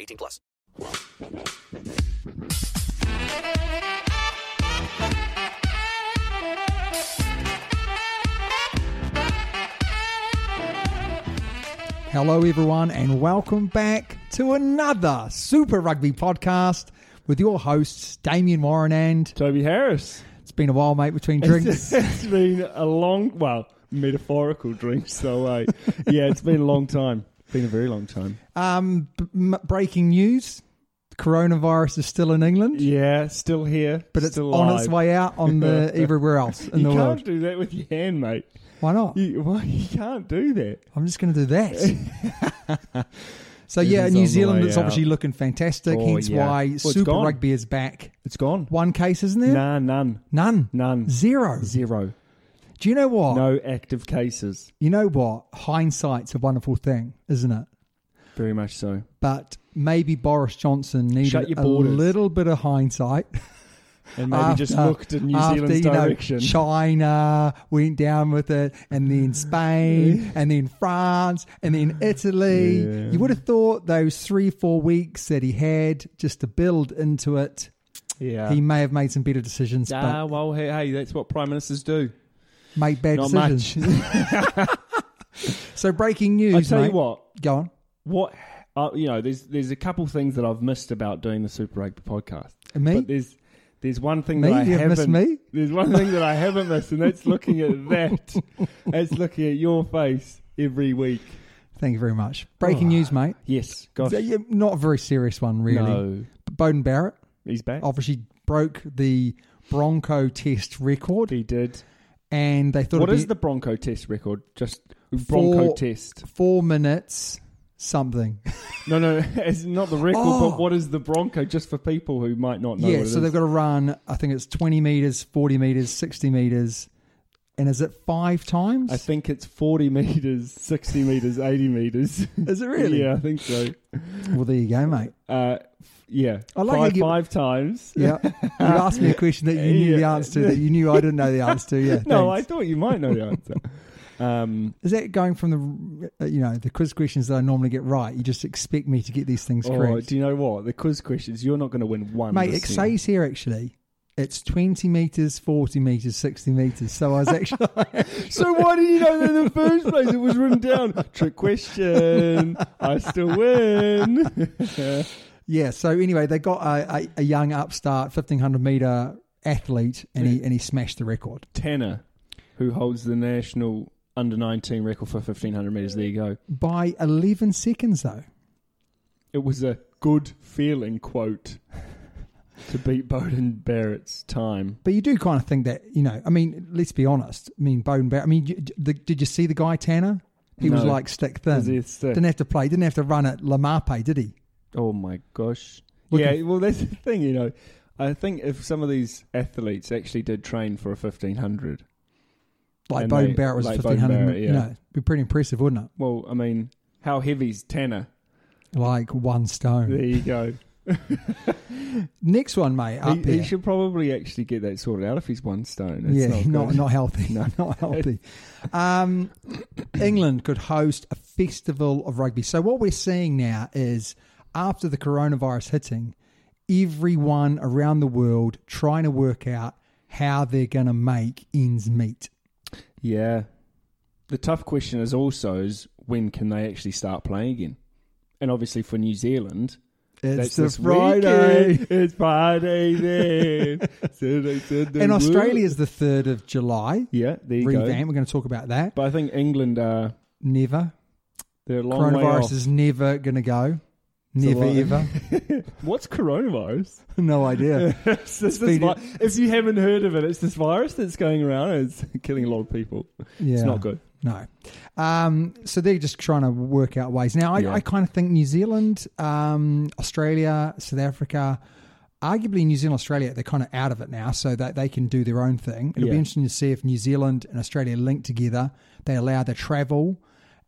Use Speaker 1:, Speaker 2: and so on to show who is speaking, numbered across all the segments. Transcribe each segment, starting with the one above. Speaker 1: 18 plus.
Speaker 2: Hello, everyone, and welcome back to another Super Rugby podcast with your hosts, Damien Warren. And
Speaker 3: Toby Harris.
Speaker 2: it's been a while, mate, between drinks.
Speaker 3: it's been a long, well, metaphorical drink. So, uh, yeah, it's been a long time. Been a very long time.
Speaker 2: um, b- m- breaking news coronavirus is still in England,
Speaker 3: Yeah, still here,
Speaker 2: but it's
Speaker 3: still
Speaker 2: on
Speaker 3: alive.
Speaker 2: its way out on the everywhere else in
Speaker 3: you
Speaker 2: the
Speaker 3: can't
Speaker 2: world.
Speaker 3: do that with your hand, mate.
Speaker 2: Why not?
Speaker 3: You, why, you can't do that.
Speaker 2: I'm just going to do that. so, yeah,
Speaker 3: It's on
Speaker 2: New
Speaker 3: the
Speaker 2: Zealand
Speaker 3: way
Speaker 2: is obviously
Speaker 3: out.
Speaker 2: looking fantastic,
Speaker 3: Oh,
Speaker 2: hence
Speaker 3: yeah.
Speaker 2: why
Speaker 3: Well, it's
Speaker 2: Super
Speaker 3: gone.
Speaker 2: Rugby is back.
Speaker 3: It's gone.
Speaker 2: One case, isn't there?
Speaker 3: Nah, none.
Speaker 2: None.
Speaker 3: None.
Speaker 2: Zero. Oh.
Speaker 3: Zero.
Speaker 2: Do you know what?
Speaker 3: No active cases.
Speaker 2: You know what? Hindsight's a wonderful thing, isn't it?
Speaker 3: Very much so.
Speaker 2: But maybe Boris Johnson
Speaker 3: Shut
Speaker 2: needed
Speaker 3: your
Speaker 2: a
Speaker 3: borders.
Speaker 2: little bit of hindsight.
Speaker 3: And maybe just
Speaker 2: after-
Speaker 3: looked in New
Speaker 2: after,
Speaker 3: Zealand's
Speaker 2: you know,
Speaker 3: direction.
Speaker 2: China went down with it, and then Spain, and then France, and then Italy.
Speaker 3: Yeah.
Speaker 2: You would have thought those three, four weeks that he had just to build into it,
Speaker 3: yeah.
Speaker 2: he may have made some better decisions,
Speaker 3: ah, well, hey, hey, that's what prime ministers do.
Speaker 2: but made bad
Speaker 3: Not
Speaker 2: decisions.
Speaker 3: much.
Speaker 2: So breaking news,
Speaker 3: I tell
Speaker 2: mate.
Speaker 3: you what,
Speaker 2: Go on.
Speaker 3: what uh, you know there's there's a couple things that I've missed about doing the Super Rugby podcast.
Speaker 2: And me?
Speaker 3: But there's there's one thing
Speaker 2: Me?
Speaker 3: that I
Speaker 2: You've
Speaker 3: haven't
Speaker 2: missed me?
Speaker 3: There's one thing that I haven't missed, and that's looking at that. that's looking at your face every week.
Speaker 2: Thank you very much. Breaking news, mate.
Speaker 3: Yes, gosh,
Speaker 2: Yeah, Not a very serious one, really. Oh,
Speaker 3: no,
Speaker 2: But Bowden Barrett
Speaker 3: he's back.
Speaker 2: obviously broke the Bronco test record,
Speaker 3: He did.
Speaker 2: and they thought
Speaker 3: What
Speaker 2: it'd
Speaker 3: is
Speaker 2: be
Speaker 3: the Bronco test record? Just Bronco
Speaker 2: Four-
Speaker 3: test.
Speaker 2: four minutes something.
Speaker 3: No, no, it's not the record.
Speaker 2: Oh.
Speaker 3: But what is the Bronco? Just for people who might not know.
Speaker 2: yeah,
Speaker 3: what it
Speaker 2: so they've
Speaker 3: is.
Speaker 2: got to run. I think it's twenty meters, forty meters, sixty meters, and is it five times?
Speaker 3: I think it's forty meters, sixty meters, eighty meters.
Speaker 2: Is it really?
Speaker 3: yeah, I think so.
Speaker 2: Well, there you go, mate.
Speaker 3: Uh, f- yeah,
Speaker 2: I like how
Speaker 3: five,
Speaker 2: you-
Speaker 3: five times.
Speaker 2: Yeah, you asked me a question that you knew the
Speaker 3: Yeah.
Speaker 2: answer to that you knew I didn't know the answer to. Yeah,
Speaker 3: no, I
Speaker 2: thanks.
Speaker 3: thought you might know the answer. um,
Speaker 2: Is that going from the uh, you know the quiz questions that I normally get right? You just expect me to get these things
Speaker 3: or
Speaker 2: correct.
Speaker 3: Oh, do you know what the quiz questions? You're not going to win one.
Speaker 2: Mate,
Speaker 3: this
Speaker 2: it
Speaker 3: year.
Speaker 2: says here actually, it's 20 metres, 40 metres, 60 metres. So I was actually.
Speaker 3: So why did you know that in the first place? It was written down. Trick question. I still win.
Speaker 2: yeah, so anyway, they got a, a, a young upstart 1500 metre athlete and, he, and he smashed the record.
Speaker 3: Tanner, who holds the national under 19 record for 1500 meters. There you go.
Speaker 2: By 11 seconds, though.
Speaker 3: It was a good feeling quote to beat Bowden Barrett's time.
Speaker 2: But you do kind of think that, you know, I mean, let's be honest. I mean, Bowden Barrett, I mean, you, the, did you see the guy, Tanner? He was
Speaker 3: No.
Speaker 2: like stick thin.
Speaker 3: Was he thick?
Speaker 2: Didn't have to play, didn't have to run at Lamape, did he?
Speaker 3: Oh my gosh.
Speaker 2: Looking-
Speaker 3: yeah, well, that's the thing, you know. I think if some of these athletes actually did train for a 1500,
Speaker 2: Like
Speaker 3: And
Speaker 2: Bowden
Speaker 3: they-
Speaker 2: Barrett was
Speaker 3: like Bowden
Speaker 2: 1500.
Speaker 3: Barrett,
Speaker 2: You
Speaker 3: yeah.
Speaker 2: know, it'd be pretty impressive, wouldn't it?
Speaker 3: well, I mean, how heavy's Tanner?
Speaker 2: Like one stone.
Speaker 3: There you go.
Speaker 2: Next one, mate. Up
Speaker 3: he, he
Speaker 2: here.
Speaker 3: should probably actually get that sorted out if he's one stone. It's
Speaker 2: yeah, not
Speaker 3: good.
Speaker 2: not, healthy. not healthy. Um, England could host a festival of rugby. So what we're seeing now is after the coronavirus hitting, everyone around the world trying to work out how they're going to make ends meet.
Speaker 3: Yeah. The tough question is also is when can they actually start playing again? And obviously for New Zealand,
Speaker 2: It's
Speaker 3: that's
Speaker 2: the
Speaker 3: this
Speaker 2: Friday.
Speaker 3: weekend. It's Friday then. Saturday, Sunday,
Speaker 2: And
Speaker 3: woo.
Speaker 2: Australia's the 3rd of July.
Speaker 3: yeah, there you
Speaker 2: Revamp.
Speaker 3: go.
Speaker 2: We're going to talk about that.
Speaker 3: But I think England are
Speaker 2: Never.
Speaker 3: they're a long way off.
Speaker 2: Coronavirus is never going to go.
Speaker 3: a
Speaker 2: Never,
Speaker 3: lot.
Speaker 2: ever.
Speaker 3: What's coronavirus?
Speaker 2: no idea.
Speaker 3: It's just this
Speaker 2: been-
Speaker 3: vi- if you haven't heard of it, it's this virus that's going around and it's killing a lot of people.
Speaker 2: Yeah.
Speaker 3: It's not good.
Speaker 2: No. Um, so they're just trying to work out ways. Now, I,
Speaker 3: Yeah.
Speaker 2: I kind of think New Zealand, um, Australia, South Africa, arguably New Zealand, Australia, they're kind of out of it now, so that they can do their own thing. It'll be
Speaker 3: Yeah.
Speaker 2: interesting to see if New Zealand and Australia link together. They allow the travel,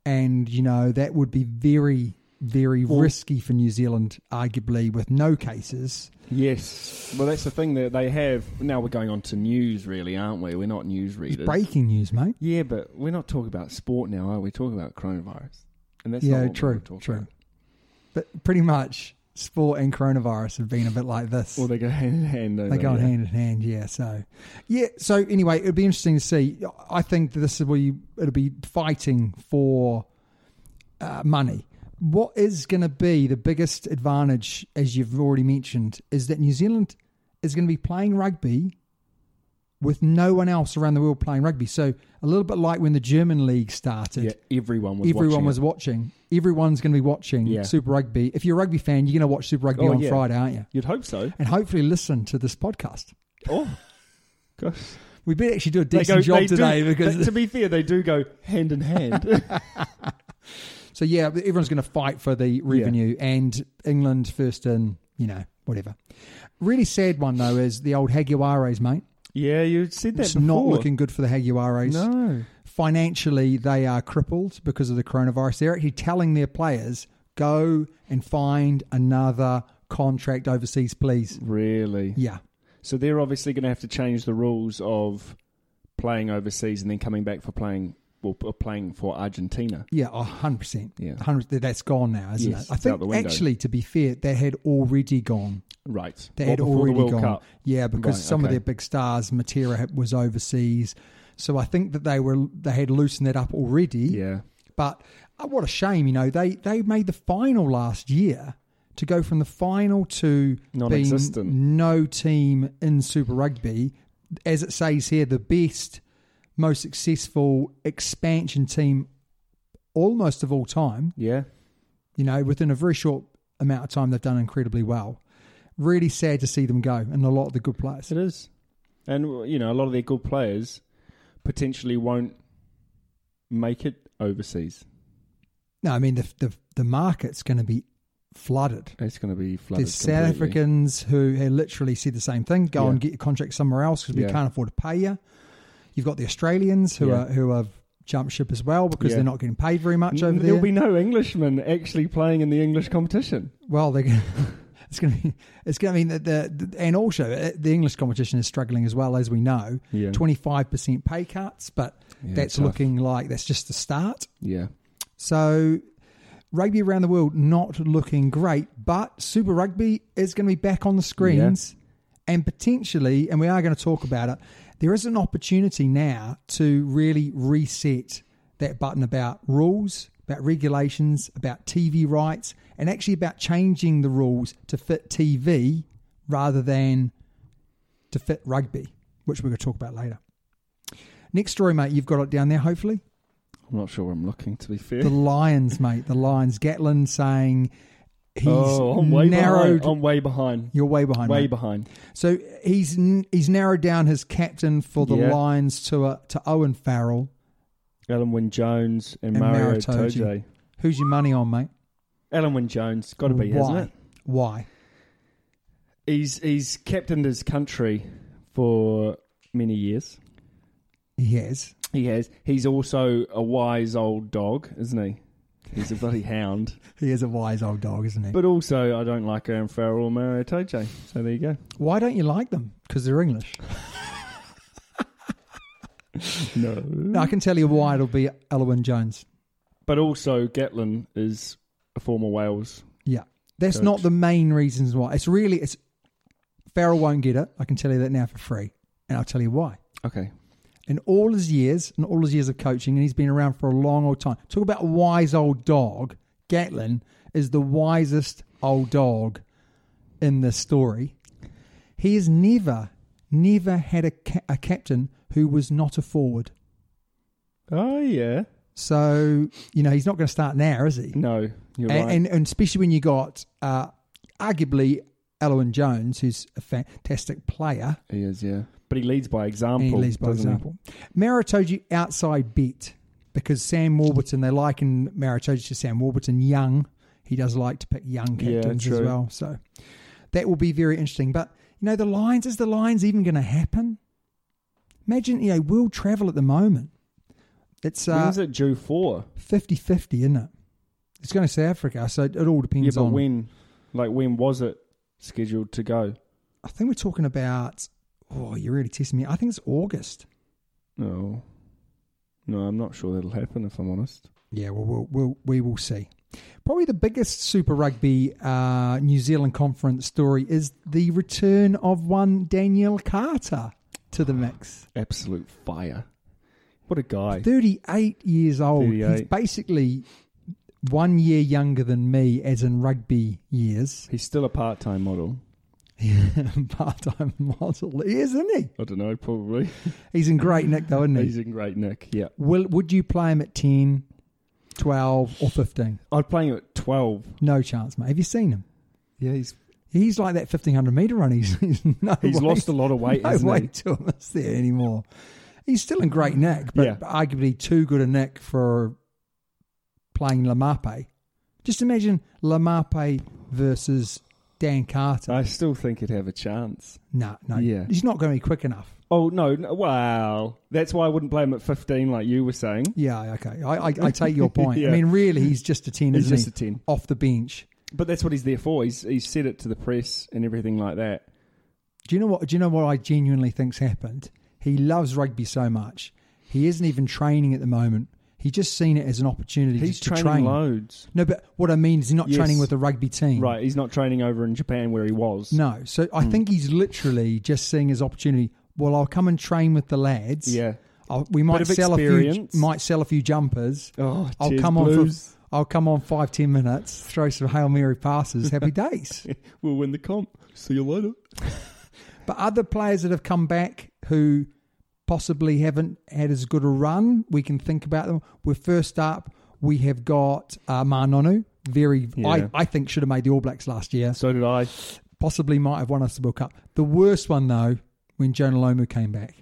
Speaker 2: and, you know, that would be very, very risky for New Zealand, arguably, with no cases.
Speaker 3: Yes. Well, that's the thing that they have. Now we're going on to news, really, aren't we? We're not news readers.
Speaker 2: Breaking news, mate.
Speaker 3: Yeah, but we're not talking about sport now, are we? We're talking about coronavirus. And that's not
Speaker 2: yeah,
Speaker 3: what we were
Speaker 2: true,
Speaker 3: talking
Speaker 2: true.
Speaker 3: about.
Speaker 2: But pretty much sport and coronavirus have been a bit like this.
Speaker 3: Well, they go hand in hand. don't
Speaker 2: They go
Speaker 3: yeah.
Speaker 2: hand in hand, yeah. So, yeah. So anyway, it'll be interesting to see. I think that this is where you it'll be fighting for uh, money. What is going to be the biggest advantage, as you've already mentioned, is that New Zealand is going to be playing rugby with no one else around the world playing rugby. So a little bit like when the German league started
Speaker 3: Yeah, everyone was.
Speaker 2: everyone
Speaker 3: watching
Speaker 2: was
Speaker 3: it.
Speaker 2: watching. Everyone's going to be watching
Speaker 3: Yeah.
Speaker 2: Super Rugby. If you're a rugby fan, you're going to watch Super Rugby
Speaker 3: Oh,
Speaker 2: on
Speaker 3: yeah.
Speaker 2: Friday, aren't you?
Speaker 3: You'd hope so.
Speaker 2: And hopefully listen to this podcast.
Speaker 3: Oh, gosh.
Speaker 2: We better actually do a
Speaker 3: They
Speaker 2: decent
Speaker 3: go,
Speaker 2: job
Speaker 3: they do-
Speaker 2: today because
Speaker 3: they- to be fair, they do go hand in hand.
Speaker 2: so yeah, everyone's going to fight for the revenue and England first and you know whatever. Really sad one though is the old Haguares, mate.
Speaker 3: yeah, you said that
Speaker 2: It's
Speaker 3: before.
Speaker 2: not looking good for the Haguares.
Speaker 3: No.
Speaker 2: Financially, they are crippled because of the coronavirus. They're actually telling their players go and find another contract overseas, please.
Speaker 3: Really?
Speaker 2: Yeah.
Speaker 3: So they're obviously going to have to change the rules of playing overseas and then coming back for playing well p- playing for Argentina.
Speaker 2: Yeah, a hundred percent.
Speaker 3: Yeah.
Speaker 2: A hundred. That's gone now, isn't
Speaker 3: Yes,
Speaker 2: it? I
Speaker 3: it's out
Speaker 2: think
Speaker 3: the window.
Speaker 2: actually, to be fair, that had already gone.
Speaker 3: Right.
Speaker 2: They
Speaker 3: Well,
Speaker 2: had
Speaker 3: before
Speaker 2: already
Speaker 3: the World
Speaker 2: gone.
Speaker 3: Cup.
Speaker 2: Yeah, because
Speaker 3: Right,
Speaker 2: some of
Speaker 3: okay.
Speaker 2: their big stars, Matera had- was overseas, so I think that they were they had loosened that up already.
Speaker 3: Yeah.
Speaker 2: But uh, what a shame, you know. They they made the final last year to go from the final to
Speaker 3: Non-existent.
Speaker 2: being no team in Super Rugby, as it says here, the best, most successful expansion team almost of all time.
Speaker 3: Yeah.
Speaker 2: You know, within a very short amount of time, they've done incredibly well. Really sad to see them go, and a lot of the good players.
Speaker 3: It is. And you know, a lot of their good players potentially won't make it overseas.
Speaker 2: No, I mean the the, the market's going to be flooded.
Speaker 3: It's going to be flooded.
Speaker 2: There's South
Speaker 3: completely.
Speaker 2: Africans who have literally said the same thing: go
Speaker 3: Yeah.
Speaker 2: and get your contract somewhere else because we
Speaker 3: Yeah.
Speaker 2: can't afford to pay you. You've got the Australians who
Speaker 3: Yeah.
Speaker 2: are who have jumped ship as well because
Speaker 3: Yeah.
Speaker 2: they're not getting paid very much over
Speaker 3: N-
Speaker 2: there.
Speaker 3: Mm, There'll be no Englishmen actually playing in the English competition.
Speaker 2: well, they're gonna, it's going to be it's going to mean that the, the and also uh, the English competition is struggling as well as we know.
Speaker 3: Yeah.
Speaker 2: Twenty five percent pay cuts, but
Speaker 3: Yeah,
Speaker 2: that's
Speaker 3: tough.
Speaker 2: looking like that's just the start.
Speaker 3: Yeah.
Speaker 2: So rugby around the world not looking great, but Super Rugby is going to be back on the screens and potentially, and we are going to talk about it, there is an opportunity now to really reset that button about rules, about regulations, about TV rights, and actually about changing the rules to fit TV rather than to fit rugby, which we're going to talk about later. Next story, mate, you've got it down there, hopefully
Speaker 3: I'm not sure where I'm looking to be fair.
Speaker 2: the Lions, mate. The Lions. Gatlin saying he's
Speaker 3: oh, I'm way
Speaker 2: narrowed.
Speaker 3: behind. I'm way behind.
Speaker 2: You're way behind.
Speaker 3: way
Speaker 2: mate.
Speaker 3: behind.
Speaker 2: So he's n- he's narrowed down his captain for the
Speaker 3: Yeah.
Speaker 2: Lions to uh, to Owen Farrell.
Speaker 3: Alan Wynne Jones and,
Speaker 2: And
Speaker 3: Mario
Speaker 2: Maritoji.
Speaker 3: Toje.
Speaker 2: Who's your money on, mate?
Speaker 3: Alan Wynne Jones, got to be,
Speaker 2: Why?
Speaker 3: hasn't it?
Speaker 2: Why?
Speaker 3: He's he's captained his country for many years.
Speaker 2: He has.
Speaker 3: He has. He's also a wise old dog, isn't he? He's a bloody hound.
Speaker 2: He is a wise old dog, isn't he?
Speaker 3: But also, I don't like Aaron Farrell or Mario Toje. So there you go.
Speaker 2: Why don't you like them? Because they're English.
Speaker 3: No.
Speaker 2: No, I can tell you why. It'll be Elwyn Jones.
Speaker 3: But also, Gatlin is a former Wales.
Speaker 2: Yeah, that's
Speaker 3: Coach.
Speaker 2: not the main reasons why. It's really it's Farrell won't get it. I can tell you that now for free, and I'll tell you why.
Speaker 3: Okay.
Speaker 2: in all his years, in all his years of coaching, and he's been around for a long old time. Talk about wise old dog. Gatlin is the wisest old dog in this story. He has never, never had a, ca- a captain who was not a forward.
Speaker 3: Oh yeah.
Speaker 2: So, you know, he's not going to start now, is he?
Speaker 3: No, you're
Speaker 2: and,
Speaker 3: right.
Speaker 2: and, and especially when you got uh, arguably Eloan Jones, who's a fantastic player.
Speaker 3: he is, yeah. But he leads by example.
Speaker 2: And he leads by
Speaker 3: doesn't he?
Speaker 2: example. Maritoji outside beat because Sam Warburton, they liken Maritoji to Sam Warburton young. He does like to pick young
Speaker 3: Yeah,
Speaker 2: captains as
Speaker 3: true.
Speaker 2: well. So that will be very interesting. But, you know, the Lions, is the Lions even going to happen? Imagine, you know, Will Travel at the moment. It's uh,
Speaker 3: When's it due for?
Speaker 2: 50 50, isn't it? It's going to South Africa, so it, it all depends
Speaker 3: Yeah, but
Speaker 2: on.
Speaker 3: when? Like when was it scheduled to go?
Speaker 2: I think we're talking about, oh, you're really testing me. I think it's August.
Speaker 3: No, Oh. no, I'm not sure that'll happen. If I'm honest,
Speaker 2: Yeah, well, we'll, we'll we will see. Probably the biggest Super Rugby uh, New Zealand conference story is the return of one Daniel Carter to the mix.
Speaker 3: absolute fire. What a guy!
Speaker 2: Thirty-eight years old. He's
Speaker 3: 38.
Speaker 2: basically one year younger than me, as in rugby years.
Speaker 3: He's still a part-time model.
Speaker 2: Part-time model, he is, isn't he?
Speaker 3: I don't know, probably.
Speaker 2: He's in great nick, though, isn't
Speaker 3: He's
Speaker 2: he?
Speaker 3: in great nick. Yeah,
Speaker 2: Will, would you play him at 10, 12 or fifteen?
Speaker 3: I'd play him at twelve.
Speaker 2: No chance, mate. Have you seen him?
Speaker 3: Yeah, he's
Speaker 2: He's like that 1500 meter run. He's, he's, no
Speaker 3: He's
Speaker 2: way-
Speaker 3: lost a lot of weight,
Speaker 2: No
Speaker 3: hasn't
Speaker 2: way
Speaker 3: he?
Speaker 2: to him is there anymore. He's still in great nick, but
Speaker 3: Yeah.
Speaker 2: arguably too good a nick for playing Lamape. Just imagine Lamape versus Dan Carter.
Speaker 3: I still think he'd have a chance.
Speaker 2: no, no,
Speaker 3: Uh, Yeah.
Speaker 2: he's not going to be quick enough.
Speaker 3: Oh no, no! Wow, that's why I wouldn't play him at fifteen, like you were saying.
Speaker 2: Yeah, okay. I, I, I take your point.
Speaker 3: Yeah.
Speaker 2: I mean, really, he's just a 10,
Speaker 3: He's
Speaker 2: isn't
Speaker 3: just
Speaker 2: he?
Speaker 3: a 10.
Speaker 2: Off the bench.
Speaker 3: But that's what he's there for. He's he's said it to the press and everything like that.
Speaker 2: Do you know what? Do you know what I genuinely think's happened? He loves rugby so much. He isn't even training at the moment. He just seen it as an opportunity.
Speaker 3: He's
Speaker 2: to, to train.
Speaker 3: training loads.
Speaker 2: No, but what I mean is he's not
Speaker 3: Yes.
Speaker 2: training with a rugby team,
Speaker 3: Right, Hmm. he's not training over in Japan where he was.
Speaker 2: No. So I think he's literally just seeing his opportunity. Well, I'll come and train with the lads.
Speaker 3: Yeah.
Speaker 2: I'll, we might
Speaker 3: of
Speaker 2: sell a few.
Speaker 3: experience.
Speaker 2: Might sell a few jumpers.
Speaker 3: Oh,
Speaker 2: I'll
Speaker 3: cheers,
Speaker 2: come
Speaker 3: Blues.
Speaker 2: on. For, I'll come on five ten minutes. Throw some hail mary passes. Happy days.
Speaker 3: We'll win the comp. See you later.
Speaker 2: But other players that have come back who possibly haven't had as good a run, we can think about them. We're first up. We have got uh, Manonu. Very,
Speaker 3: Yeah.
Speaker 2: I, I think should have made the All Blacks last year.
Speaker 3: So did I.
Speaker 2: Possibly might have won us the World Cup. The worst one though, when Jonah Lomu came back,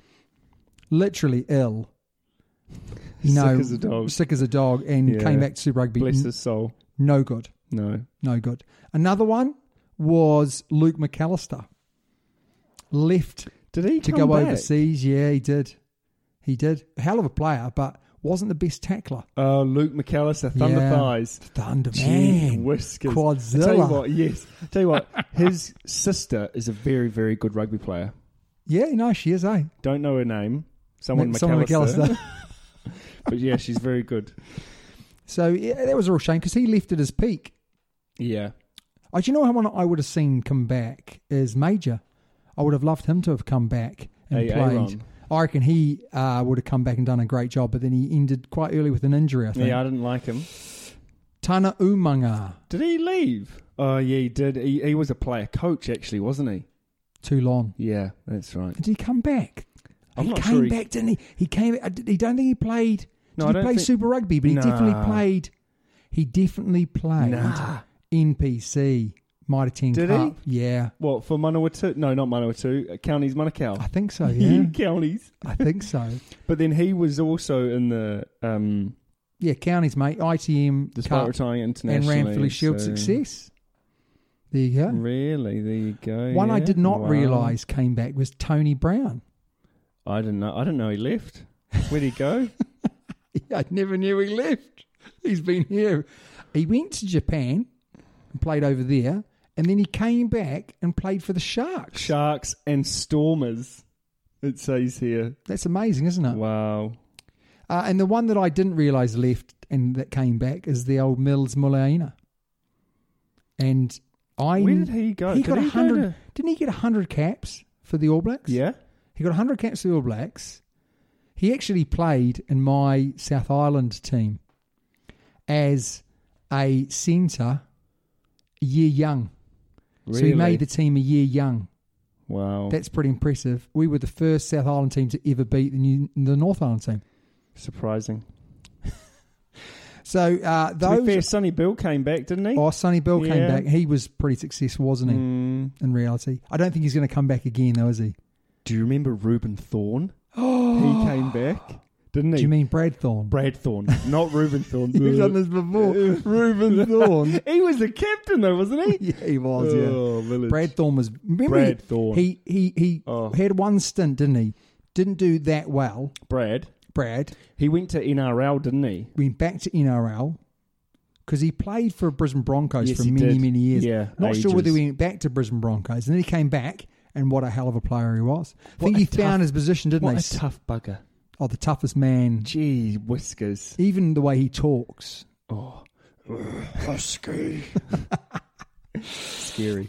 Speaker 2: literally ill. You
Speaker 3: Sick
Speaker 2: know,
Speaker 3: as a dog.
Speaker 2: sick as a dog, and
Speaker 3: Yeah.
Speaker 2: came back to Super Rugby.
Speaker 3: Bless his soul.
Speaker 2: No good,
Speaker 3: No.
Speaker 2: no good. Another one was Luke McAllister. Left
Speaker 3: Did he
Speaker 2: to
Speaker 3: come
Speaker 2: go
Speaker 3: back?
Speaker 2: overseas. Yeah, he did. He did. Hell of a player, but wasn't the best tackler.
Speaker 3: Oh, Luke McAllister, Thunder
Speaker 2: Yeah.
Speaker 3: Thighs.
Speaker 2: Thunder
Speaker 3: Gee
Speaker 2: man,
Speaker 3: whiskers.
Speaker 2: Quadzilla.
Speaker 3: Tell you what, yes. Tell you what, his sister is a very, very good rugby player.
Speaker 2: Yeah, no, she is. Eh?
Speaker 3: Don't know her name. Someone McAllister.
Speaker 2: Someone McAllister.
Speaker 3: but yeah, she's very good.
Speaker 2: so yeah, that was a real shame because he left at his peak.
Speaker 3: Yeah.
Speaker 2: Oh, do you know how one I would have seen come back is Major? I would have loved him to have come back and
Speaker 3: Hey,
Speaker 2: played.
Speaker 3: Aaron.
Speaker 2: I reckon he uh, would have come back and done a great job, but then he ended quite early with an injury. I think.
Speaker 3: Yeah, I didn't like him.
Speaker 2: Tana Umanga,
Speaker 3: Did he leave? Oh, yeah, he did. He, he was a player coach, actually, wasn't he?
Speaker 2: Toulon.
Speaker 3: Yeah, that's right.
Speaker 2: Did he come back?
Speaker 3: I'm
Speaker 2: he
Speaker 3: not
Speaker 2: came
Speaker 3: sure he-
Speaker 2: back, didn't he? He came. I did- he don't think he played.
Speaker 3: No,
Speaker 2: did
Speaker 3: I
Speaker 2: he
Speaker 3: don't
Speaker 2: play
Speaker 3: think-
Speaker 2: Super Rugby? But he definitely
Speaker 3: Nah.
Speaker 2: played. He definitely played
Speaker 3: Nah.
Speaker 2: NPC Mitre Ten
Speaker 3: Did he?
Speaker 2: Cup. Yeah,
Speaker 3: What, for Manawatu? No, not Manawatu. uh, Counties, Manukau.
Speaker 2: I think so. Ah, Yeah,
Speaker 3: counties.
Speaker 2: I think so.
Speaker 3: But then he was also in the um,
Speaker 2: Yeah, counties, mate. ITM
Speaker 3: despite
Speaker 2: Cup
Speaker 3: retiring
Speaker 2: and
Speaker 3: internationally.
Speaker 2: Ramfilly Shield
Speaker 3: so-
Speaker 2: success. There you go.
Speaker 3: Really, there you go.
Speaker 2: One I
Speaker 3: yeah.
Speaker 2: did not
Speaker 3: Wow.
Speaker 2: realise came back was Tony Brown.
Speaker 3: I didn't know. I didn't know he left. Where'd he go?
Speaker 2: I never knew he left. He's been here. He went to Japan and played over there, and then he came back and played for the Sharks.
Speaker 3: Sharks and Stormers. It says here.
Speaker 2: That's amazing, isn't it?
Speaker 3: Wow.
Speaker 2: Uh, and the one that I didn't realise left and that came back is the old Mills Mulaina. And I
Speaker 3: Where did he go?
Speaker 2: He
Speaker 3: Did
Speaker 2: got
Speaker 3: he go
Speaker 2: hundred.
Speaker 3: to-
Speaker 2: Didn't he get hundred caps for the All Blacks?
Speaker 3: Yeah.
Speaker 2: He got 100 caps for the All Blacks. He actually played in my South Island team as a centre, a year young. So he
Speaker 3: Really? Oh.
Speaker 2: made the team a year young.
Speaker 3: Wow.
Speaker 2: That's pretty impressive. We were the first South Island team to ever beat the, new, the North Island team.
Speaker 3: surprising.
Speaker 2: So uh,
Speaker 3: to be fair,
Speaker 2: those.
Speaker 3: Sonny Bill came back, didn't he?
Speaker 2: Oh, Sonny Bill came
Speaker 3: Yeah.
Speaker 2: back. He was pretty successful, wasn't he?
Speaker 3: Mm.
Speaker 2: In reality, I don't think he's going to come back again, though, is he?
Speaker 3: Do you remember Reuben Thorne? Oh. He came back, didn't he?
Speaker 2: Do you mean Brad Thorne?
Speaker 3: Brad Thorne, not Reuben Thorne.
Speaker 2: You've done this before. Reuben Thorne.
Speaker 3: He was the captain, though, wasn't he?
Speaker 2: Yeah, he was. Yeah.
Speaker 3: Oh, village.
Speaker 2: Brad Thorne was. Remember
Speaker 3: Brad
Speaker 2: he,
Speaker 3: Thorne.
Speaker 2: He he he
Speaker 3: Oh.
Speaker 2: had one stint, didn't he? Didn't do that well.
Speaker 3: Brad.
Speaker 2: Brad
Speaker 3: He went to NRL, didn't he?
Speaker 2: went back to NRL because he played for Brisbane Broncos
Speaker 3: Yes,
Speaker 2: for
Speaker 3: he
Speaker 2: many
Speaker 3: did.
Speaker 2: many years.
Speaker 3: Yeah,
Speaker 2: Not sure whether
Speaker 3: ages.
Speaker 2: he went back to Brisbane Broncos, and then he came back. And what a hell of a player he was! I think
Speaker 3: What
Speaker 2: he
Speaker 3: a tough-
Speaker 2: found his position, didn't
Speaker 3: What
Speaker 2: he?
Speaker 3: a tough bugger.
Speaker 2: oh, the toughest man.
Speaker 3: Gee, whiskers.
Speaker 2: Even the way he talks.
Speaker 3: Husky. Scary.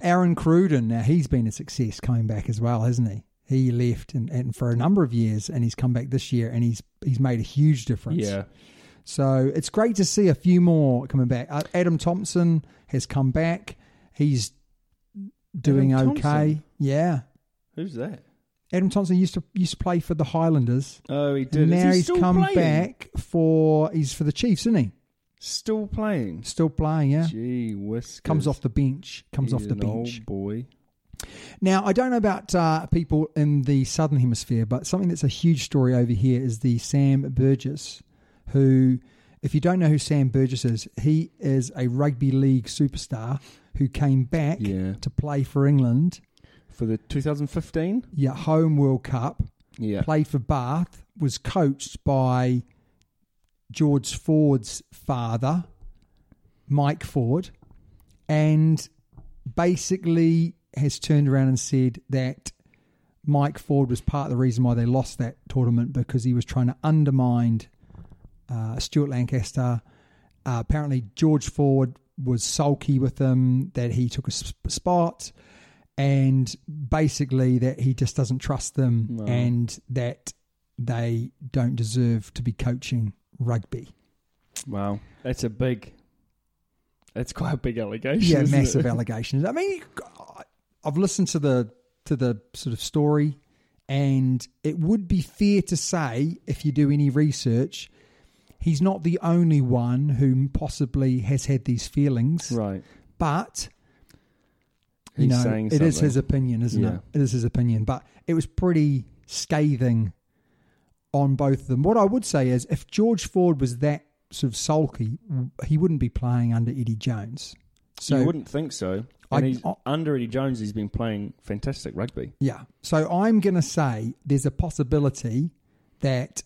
Speaker 2: Aaron Cruden, now he's been a success coming back as well, hasn't he? He left and, and for a number of years, and he's come back this year, and he's he's made a huge difference.
Speaker 3: Yeah.
Speaker 2: So it's great to see a few more coming back. Uh, Adam Thompson has come back. He's doing
Speaker 3: Adam
Speaker 2: okay.
Speaker 3: Thompson?
Speaker 2: Yeah.
Speaker 3: Who's that?
Speaker 2: Adam Thompson used to used to play for the Highlanders.
Speaker 3: Oh, he did.
Speaker 2: And
Speaker 3: Is
Speaker 2: now
Speaker 3: he
Speaker 2: he's
Speaker 3: still
Speaker 2: come
Speaker 3: playing?
Speaker 2: back for he's for the Chiefs, isn't he?
Speaker 3: Still playing.
Speaker 2: Still playing, yeah.
Speaker 3: Gee, whiskers.
Speaker 2: Comes off the bench. Comes
Speaker 3: He's
Speaker 2: off the
Speaker 3: an old
Speaker 2: bench.
Speaker 3: boy.
Speaker 2: Now, I don't know about uh, people in the southern hemisphere, but something that's a huge story over here is the Sam Burgess, who, if you don't know who Sam Burgess is, he is a rugby league superstar who came back
Speaker 3: Yeah.
Speaker 2: to play for England,
Speaker 3: For the 2015?
Speaker 2: yeah, home World Cup,
Speaker 3: Yeah.
Speaker 2: played for Bath, was coached by George Ford's father, Mike Ford, and basically has turned around and said that Mike Ford was part of the reason why they lost that tournament because he was trying to undermine uh, Stuart Lancaster. Uh, apparently, George Ford was sulky with him that he took a sp- spot, and basically that he just doesn't trust them and that they don't deserve to be coaching rugby.
Speaker 3: Wow. That's a big. That's quite a big allegation.
Speaker 2: Yeah,
Speaker 3: isn't it?
Speaker 2: massive allegations. I mean, I've listened to the to the sort of story, and it would be fair to say if you do any research, he's not the only one who possibly has had these feelings.
Speaker 3: Right.
Speaker 2: But you
Speaker 3: He's
Speaker 2: know,
Speaker 3: saying
Speaker 2: it is
Speaker 3: something.
Speaker 2: his opinion, isn't
Speaker 3: Yeah.
Speaker 2: it? It is his opinion. But it was pretty scathing on both of them. What I would say is, if George Ford was that sort of sulky, he wouldn't be playing under Eddie Jones. So
Speaker 3: you wouldn't think so.
Speaker 2: I-
Speaker 3: And he's,
Speaker 2: I-
Speaker 3: under Eddie Jones, he's been playing fantastic rugby.
Speaker 2: Yeah. So I'm going to say there's a possibility that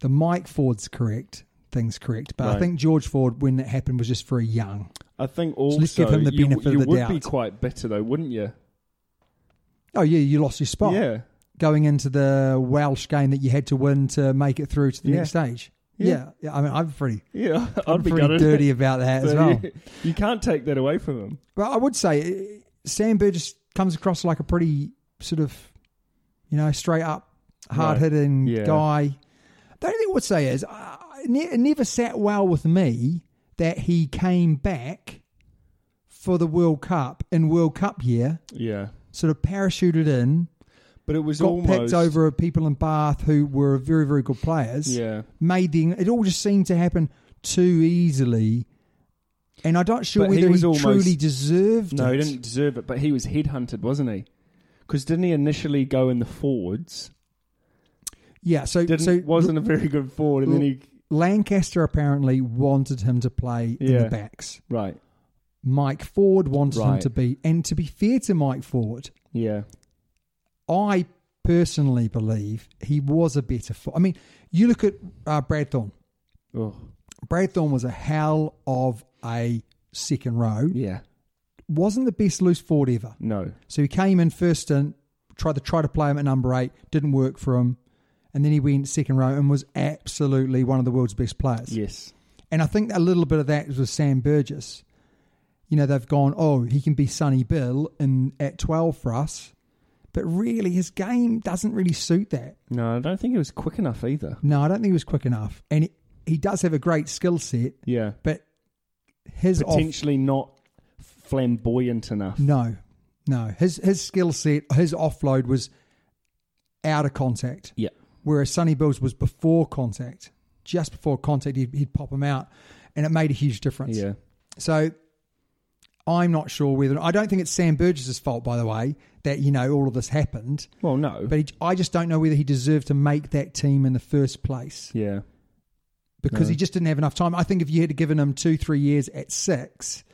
Speaker 2: the Mike Ford's correct, thing's correct, but I
Speaker 3: Right.
Speaker 2: think George Ford, when it happened, was just very young.
Speaker 3: I think also
Speaker 2: let's give him the
Speaker 3: you,
Speaker 2: benefit of
Speaker 3: you
Speaker 2: the
Speaker 3: would be
Speaker 2: doubt.
Speaker 3: quite bitter though, wouldn't you?
Speaker 2: Oh yeah, you lost your spot
Speaker 3: Yeah,
Speaker 2: going into the Welsh game that you had to win to make it through to the
Speaker 3: Yeah.
Speaker 2: next stage. Yeah.
Speaker 3: Yeah.
Speaker 2: yeah, I mean, I'm pretty,
Speaker 3: yeah. I'd
Speaker 2: I'm
Speaker 3: be
Speaker 2: pretty
Speaker 3: gutted.
Speaker 2: dirty about that as
Speaker 3: So
Speaker 2: well.
Speaker 3: You, you can't take that away from him.
Speaker 2: Well, I would say eh, Sam Burgess comes across like a pretty sort of, you know, straight up, hard hitting
Speaker 3: Yeah.
Speaker 2: guy. The only thing I would say is uh, it ne- it never sat well with me that he came back for the World Cup in World Cup year,
Speaker 3: Yeah,
Speaker 2: sort of parachuted in,
Speaker 3: but it was
Speaker 2: got
Speaker 3: almost
Speaker 2: picked over at people in Bath who were very, very good players.
Speaker 3: Yeah,
Speaker 2: Made the, it all just seemed to happen too easily. And I'm not sure
Speaker 3: But he
Speaker 2: whether he,
Speaker 3: was almost-
Speaker 2: truly deserved
Speaker 3: no,
Speaker 2: it.
Speaker 3: he didn't deserve it, but he was headhunted, wasn't he? Because didn't he initially go in the forwards?
Speaker 2: Yeah, so
Speaker 3: Didn't
Speaker 2: so
Speaker 3: wasn't a very good forward, and then he
Speaker 2: Lancaster apparently wanted him to play in
Speaker 3: Yeah.
Speaker 2: the backs.
Speaker 3: right,
Speaker 2: Mike Ford wanted him
Speaker 3: Right.
Speaker 2: to be, and to be fair to Mike Ford,
Speaker 3: yeah,
Speaker 2: I personally believe he was a better. Fo- I mean, you look at uh, Brad Thorne.
Speaker 3: oh,
Speaker 2: Brad Thorne was a hell of a second row.
Speaker 3: yeah,
Speaker 2: Wasn't the best loose forward ever.
Speaker 3: no,
Speaker 2: So he came in first and tried to try to play him at number eight. Didn't work for him, and then he went second row and was absolutely one of the world's best players.
Speaker 3: yes,
Speaker 2: And I think a little bit of that is with Sam Burgess. You know, they've gone, oh, he can be Sonny Bill in, at 12 for us, But really, his game doesn't really suit that.
Speaker 3: No, I don't think it was quick enough either.
Speaker 2: No, I don't think he was quick enough. And he, he does have a great skill set,
Speaker 3: Yeah.
Speaker 2: but his off-
Speaker 3: Potentially not flamboyant enough.
Speaker 2: no, no, his his skill set, his offload was out of contact.
Speaker 3: Yeah.
Speaker 2: Whereas Sonny Bills was before contact, just before contact, he'd, he'd pop him out, and it made a huge difference.
Speaker 3: Yeah.
Speaker 2: So I'm not sure whether I don't think it's Sam Burgess's fault, by the way, that you know all of this happened.
Speaker 3: Well, no.
Speaker 2: But he, I just don't know whether he deserved to make that team in the first place
Speaker 3: yeah.
Speaker 2: because
Speaker 3: No.
Speaker 2: he just didn't have enough time. I think if you had given him two, three years at six,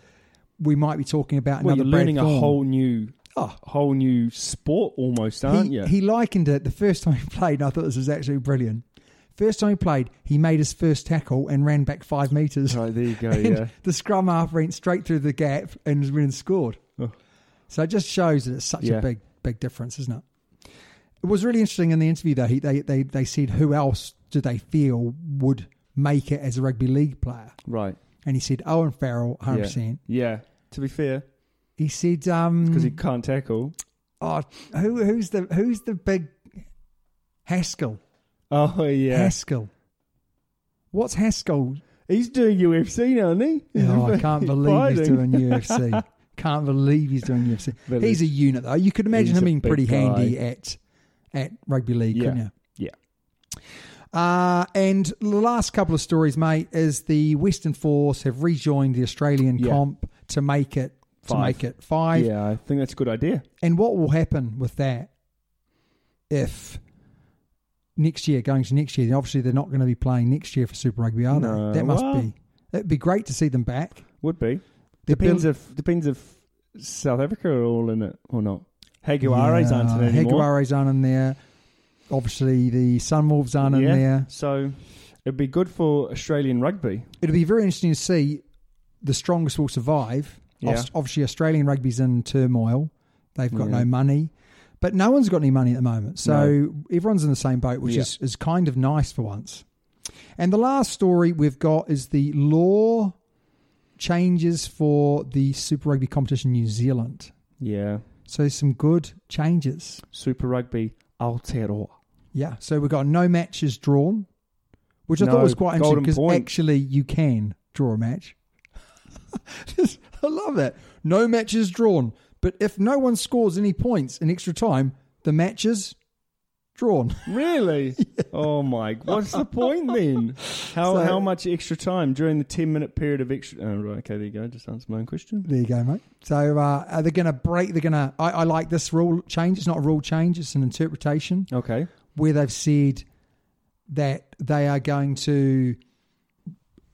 Speaker 2: we might be talking about
Speaker 3: Well,
Speaker 2: another
Speaker 3: you're learning
Speaker 2: Brad
Speaker 3: a
Speaker 2: Thorne.
Speaker 3: whole new,
Speaker 2: Oh.
Speaker 3: whole new sport almost, aren't
Speaker 2: he,
Speaker 3: you?
Speaker 2: he likened it the first time he played, and I thought this was actually brilliant. First time he played, he made his first tackle and ran back five metres.
Speaker 3: Right, Oh, there you go,
Speaker 2: And
Speaker 3: yeah.
Speaker 2: The scrum half went straight through the gap and went and scored.
Speaker 3: Oh.
Speaker 2: So it just shows that it's such
Speaker 3: Yeah.
Speaker 2: a big, big difference, isn't it? It was really interesting in the interview though. He, they, they, they said who else do they feel would make it as a rugby league player?
Speaker 3: right.
Speaker 2: And he said Owen Farrell,
Speaker 3: Yeah.
Speaker 2: hundred percent.
Speaker 3: Yeah. To be fair,
Speaker 2: He said, um,
Speaker 3: because he can't tackle.
Speaker 2: oh, who, who's the who's the big Haskell?
Speaker 3: Oh yeah,
Speaker 2: Haskell. What's Haskell?
Speaker 3: he's doing UFC now, isn't he? He's
Speaker 2: Oh, I can't believe he's
Speaker 3: fighting.
Speaker 2: doing UFC. Can't believe he's doing UFC.
Speaker 3: But
Speaker 2: he's a unit though. You could imagine
Speaker 3: he's
Speaker 2: him
Speaker 3: a
Speaker 2: being
Speaker 3: big
Speaker 2: pretty handy
Speaker 3: guy.
Speaker 2: at at rugby league, couldn't
Speaker 3: Yeah,
Speaker 2: you?
Speaker 3: yeah.
Speaker 2: Uh, and the last couple of stories, mate, is the Western Force have rejoined the Australian
Speaker 3: Yeah.
Speaker 2: comp to make it to
Speaker 3: Five.
Speaker 2: make it five.
Speaker 3: yeah, I think that's a good idea.
Speaker 2: And what will happen with that if next year, going to next year, obviously they're not going to be playing next year for Super Rugby, are
Speaker 3: No,
Speaker 2: they? That must
Speaker 3: well-
Speaker 2: be. It'd be great to see them back.
Speaker 3: Would be
Speaker 2: They're
Speaker 3: depends
Speaker 2: built-
Speaker 3: if depends if South Africa are all in it or not. Haguares aren't in it
Speaker 2: Yeah,
Speaker 3: anymore.
Speaker 2: Higuain's aren't in there. Obviously, the Sunwolves aren't
Speaker 3: yeah,
Speaker 2: in there.
Speaker 3: so it'd be good for Australian rugby.
Speaker 2: It'll be very interesting to see the strongest will survive.
Speaker 3: Yeah.
Speaker 2: Obs- Obviously, Australian rugby's in turmoil. They've got
Speaker 3: Yeah.
Speaker 2: no money. But no one's got any money at the moment. So everyone's in the same boat, which
Speaker 3: Yeah.
Speaker 2: is, is kind of nice for once. And the last story we've got is the law changes for the Super Rugby competition in New Zealand.
Speaker 3: Yeah,
Speaker 2: So some good changes.
Speaker 3: Super Rugby Aotearoa.
Speaker 2: Yeah, so we've got no matches drawn, which I
Speaker 3: No,
Speaker 2: thought was quite interesting
Speaker 3: golden
Speaker 2: because
Speaker 3: point.
Speaker 2: actually you can draw a match. Just- I love that. No matches drawn, but if no one scores any points in extra time, the match is drawn.
Speaker 3: Really? Oh my! What's the point then? How
Speaker 2: So-
Speaker 3: how much extra time during the ten minute period of extra? Oh, right, okay, there you go. Just answer my own question.
Speaker 2: There you go, mate. So uh, are they going to break? They're going to. I, I like this rule change. It's not a rule change; it's an interpretation.
Speaker 3: Okay.
Speaker 2: where they've said that they are going to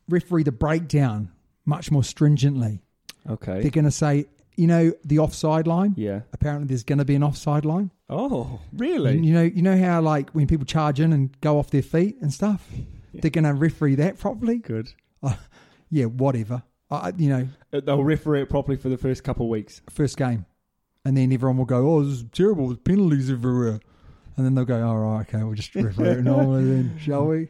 Speaker 2: referee the breakdown much more stringently.
Speaker 3: Okay.
Speaker 2: They're going to say, you know, the offside line.
Speaker 3: Yeah.
Speaker 2: Apparently, there's going to be an offside line.
Speaker 3: Oh, really?
Speaker 2: You know, you know how like when people charge in and go off their feet and stuff. They're going to referee that properly.
Speaker 3: Good.
Speaker 2: Yeah, whatever. I, you know,
Speaker 3: Uh, They'll referee it properly for the first couple of weeks.
Speaker 2: first game, and then everyone will go, "Oh, this is terrible. There's penalties everywhere," and then they'll go, "All right, okay, we'll just referee it normally then, shall we?"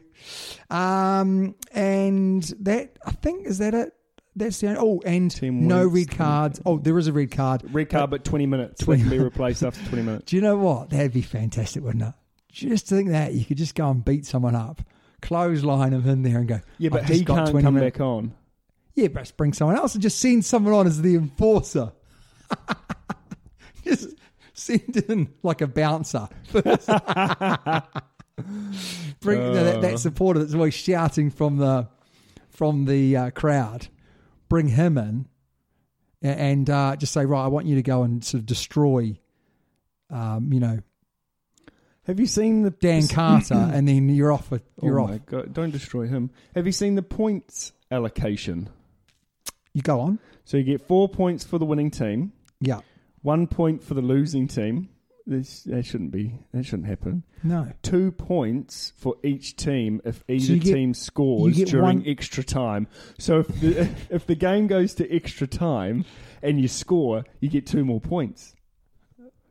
Speaker 2: Um, and that I think is that it. That's the only, oh, and
Speaker 3: Team
Speaker 2: no
Speaker 3: wins,
Speaker 2: red
Speaker 3: team-
Speaker 2: cards. Oh, there is a red card.
Speaker 3: Red card, but twenty minutes. They
Speaker 2: 20
Speaker 3: can be replaced after twenty minutes.
Speaker 2: Do you know what? That'd be fantastic, wouldn't it? Just think that you could just go and beat someone up, clothesline him in there, and go.
Speaker 3: Yeah, but
Speaker 2: "I've just
Speaker 3: he
Speaker 2: got
Speaker 3: can't
Speaker 2: 20
Speaker 3: come
Speaker 2: minutes."
Speaker 3: back on.
Speaker 2: Yeah, but let's bring someone else and just send someone on as the enforcer. just send in like a bouncer. bring you know, that,
Speaker 3: Uh.
Speaker 2: that supporter that's always shouting from the from the uh, crowd. Bring him in a- and uh, just say, right, I want you to go and sort of destroy, um, you know,
Speaker 3: Have you seen the
Speaker 2: Dan Carter, and then you're off. With, you're
Speaker 3: oh
Speaker 2: off.
Speaker 3: my god! Don't destroy him. Have you seen the points allocation?
Speaker 2: You go on.
Speaker 3: So you get four points for the winning team.
Speaker 2: Yeah.
Speaker 3: One point for the losing team. This that shouldn't be that shouldn't happen.
Speaker 2: No.
Speaker 3: Two points for each team if either
Speaker 2: you get-
Speaker 3: team scores
Speaker 2: you get
Speaker 3: during
Speaker 2: one-
Speaker 3: extra time. So if the, if the game goes to extra time and you score, you get two more points.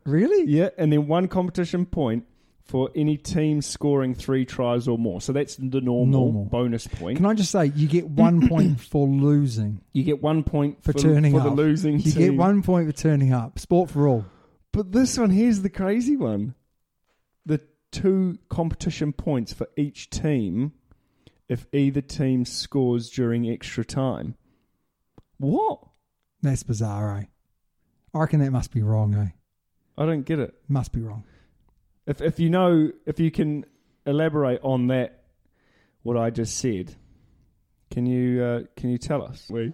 Speaker 2: Really?
Speaker 3: Yeah, and then one competition point for any team scoring three tries or more. So that's the normal,
Speaker 2: Normal.
Speaker 3: bonus point.
Speaker 2: Can I just say, you get one point for losing.
Speaker 3: you get one point
Speaker 2: for,
Speaker 3: for,
Speaker 2: turning
Speaker 3: for
Speaker 2: up.
Speaker 3: the losing
Speaker 2: you
Speaker 3: team.
Speaker 2: get one point for turning up. Sport for all.
Speaker 3: But this one here's the crazy one. The two competition points for each team if either team scores during extra time. What?
Speaker 2: That's bizarre, eh? I reckon that must be wrong, eh?
Speaker 3: I don't get it.
Speaker 2: Must be wrong.
Speaker 3: If if you know if you can elaborate on that what I just said, can you uh, can you tell us? We